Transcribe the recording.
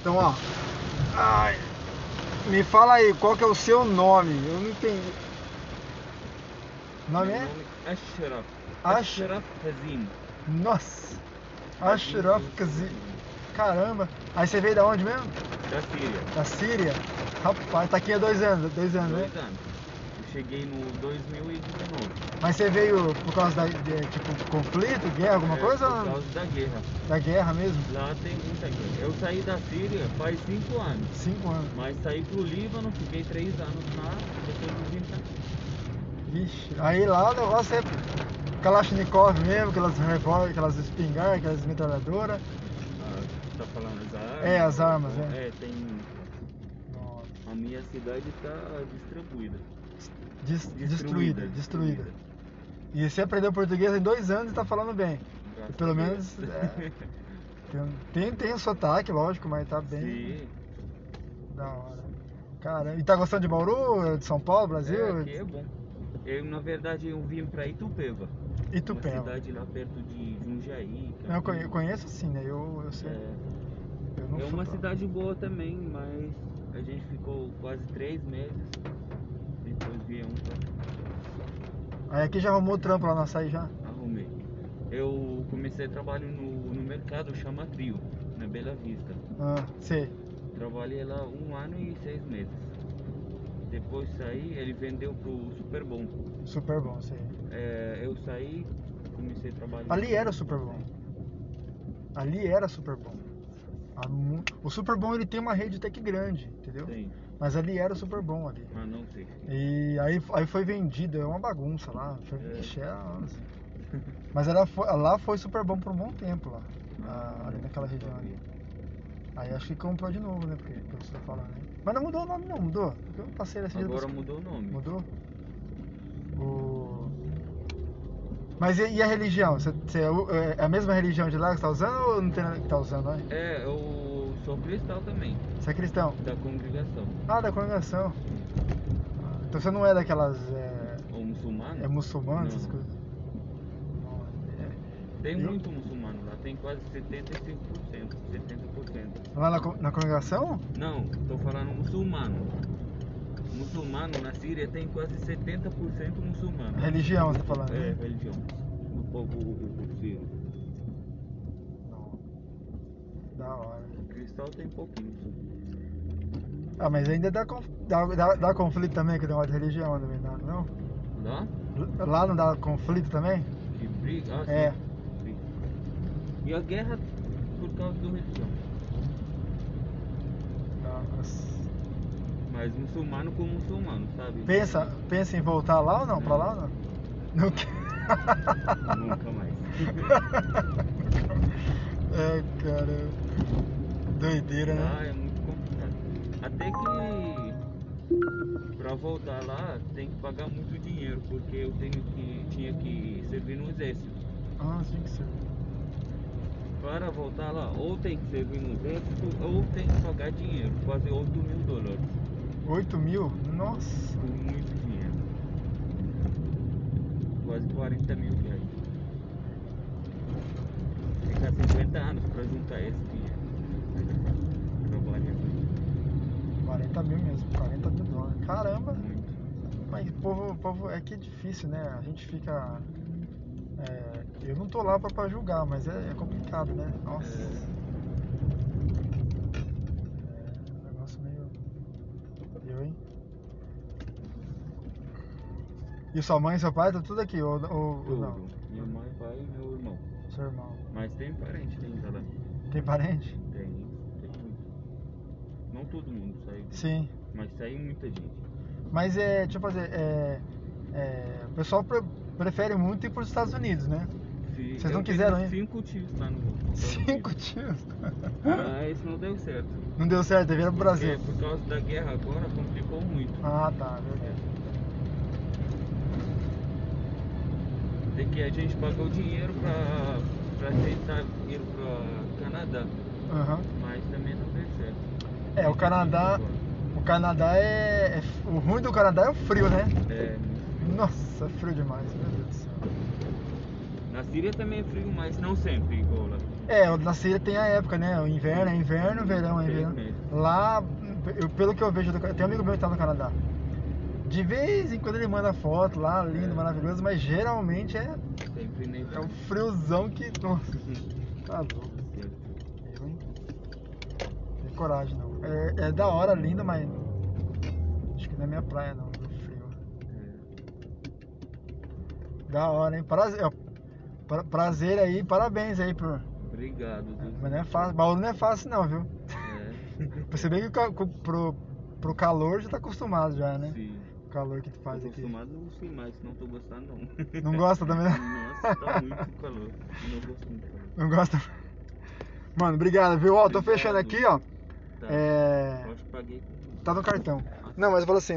Então, ó. Ai, me fala aí, qual que é o seu nome? Eu não entendi. O nome é? Ashraf. Ash- Ashraf Hazim. Nossa! Ashraf Kazi. Caramba! Aí você veio da onde mesmo? Da Síria. Da Síria? Rapaz, tá aqui há dois anos, dois anos, né? Dois anos. Eu cheguei no 2019. Mas você veio por causa da, de, tipo, conflito, guerra, alguma É, coisa? Por ou causa da guerra. Da guerra mesmo? Lá tem muita guerra. Eu saí da Síria faz cinco anos. Cinco anos. Mas saí pro Líbano, fiquei três anos lá, depois eu vim pra cá. Vixe, aí lá o negócio é Kalashnikov mesmo, aquelas revólver, aquelas espingardas, aquelas metralhadoras. Ah, tá falando as armas? É, as armas, é. É, tem. Nossa. A minha cidade tá distribuída. Des- destruída, destruída. destruída. E você aprendeu português em dois anos e tá falando bem. Graças Pelo a Deus. menos, é, Tem, um, tem, tem o sotaque, lógico, mas tá bem Sim. da hora. Caramba, e tá gostando de Bauru, de São Paulo, Brasil? É, aqui é bom. Eu, na verdade, eu vim pra Itupeva. Uma Itupeva. cidade lá perto de Jundiaí. que é Eu um- conhe- conheço sim, né? Eu, eu sei. É, eu não É fui uma pra- cidade boa também, mas a gente ficou quase três meses. Depois um, viemos pra Aí aqui já arrumou o trampo lá no açaí já? arrumei. Eu comecei trabalho no, no mercado Chama Trio, na Bela Vista. Ah, sei. Trabalhei lá um ano e seis meses. Depois saí, ele vendeu pro Super Bom. Super bom, sei. É, eu saí, comecei a trabalhar. Ali era o Super Bom. Ali era Super Bom. Há mu- O Super Bom ele tem uma rede até que grande, entendeu? Tem, Mas ali era o Super Bom ali. mas não sei. E aí, aí foi vendido, é uma bagunça lá. Foi, É. Ixi, era uma- Mas era, fo- lá foi Super Bom por um bom tempo lá. Ah, ali naquela região ali. Aí acho que comprou de novo, né? Porque pelo que você tá falando, né? Mas não mudou o nome não, mudou? Porque eu passei nesse dia Agora dos- mudou o nome. Tá Mudou? O... Mas e, e a religião? Você, você é o- é a mesma religião de lá que você tá usando ou não tem nada que tá usando? Né? É, eu sou cristal também, Você é cristão? da congregação. Ah, da congregação. Ah, Então você não é daquelas. É, Ou muçulmano? é muçulmano, essas Não. é. coisas? Não, Tem Eu- muito muçulmano lá, tem quase 75%, 70%. é. Lá na, co- na congregação? Não, tô falando muçulmano. Muçulmano na Síria tem quase 70% muçulmano. Religião, você tá falando? É, né? religião. Do povo sírio. Não. Da hora. Cristal tem pouquinho. Ah, mas ainda dá, conf- dá, dá, dá conflito também com o negócio de religião também, dá, não? Lá? Lá não dá conflito também? De briga? Ah, sim, É. briga. E a guerra por causa do religião. Nossa. Mas muçulmano com muçulmano, sabe? Pensa, pensa em voltar lá ou não? Pra lá ou não? Não quer. Nunca mais. Ai, cara. Doideira, né? Ah, é muito complicado. Até que pra voltar lá tem que pagar muito dinheiro, porque eu tenho que tinha que servir no exército. Ah, tinha que ser. Para voltar lá, ou tem que servir no exército, ou tem que pagar dinheiro, quase 8 mil dólares. 8 mil? Nossa. Muito dinheiro. Quase 40 mil reais. Fica 50 anos pra juntar esse dinheiro. Trabalhando 40 mil mesmo, 40 mil dólares. Caramba. muito. Mas povo, povo, é que é difícil, né? A gente fica. é, eu não tô lá pra, pra julgar, mas é, é complicado, né? Nossa. É, um negócio meio. Eu, hein? E sua mãe e seu pai tá tudo aqui, ou, ou- ou não? Tudo. Minha mãe, pai e meu irmão. Seu irmão. Mas tem parente ainda lá. Tem parente? Tem, tem muito. Não todo mundo saiu, Sim. mas saiu muita gente. Mas é, deixa eu fazer, é, é, o pessoal pre- prefere muito ir pros Estados Unidos, né? Se- Vocês eu não quiseram, tenho hein? Cinco tios lá no Estados Cinco Unidos. tios. Mas não deu certo. Não deu certo, vieram pro Brasil. Porque por causa da guerra agora complicou muito. Ah, tá, verdade. Até É que a gente pagou dinheiro pra, pra tentar ir pra Canadá. Aham. Mas também não deu certo. É, o Canadá, o Canadá é, é- O ruim do Canadá é o frio, né? É, Nossa, é frio demais, meu Deus do céu. na Síria também é frio, mas não sempre igual lá. É, na Síria tem a época, né? O inverno é inverno, o verão é Três verão. meses. Lá, eu- pelo que eu vejo, do, tem um amigo meu que tá no Canadá. De vez em quando ele manda foto lá, lindo, É. maravilhoso, mas geralmente é, Sempre é nevando. o friozão que. Nossa, tá louco. Sempre. Eu, hein? Tem coragem, não. É, é da hora, lindo, mas. Acho que não é minha praia, não. do frio. É. Da hora, hein? Prazer, ó, pra- prazer aí, parabéns aí por. Obrigado, Mas não é fácil. Bauru não é fácil, não, viu? É. Você bem que o ca- co- pro, pro calor já tá acostumado já, né? Sim. O calor que tu faz tô aqui. acostumado sim, mas não tô gostando não. Não gosta também, né? Nossa, tá muito calor. Não gosto muito calor. Não gosta. Mano, obrigado, viu? Ó, tô Obrigado. fechando aqui, ó. Tá. É. Eu acho que paguei. Tá no cartão. Não, mas eu falo assim,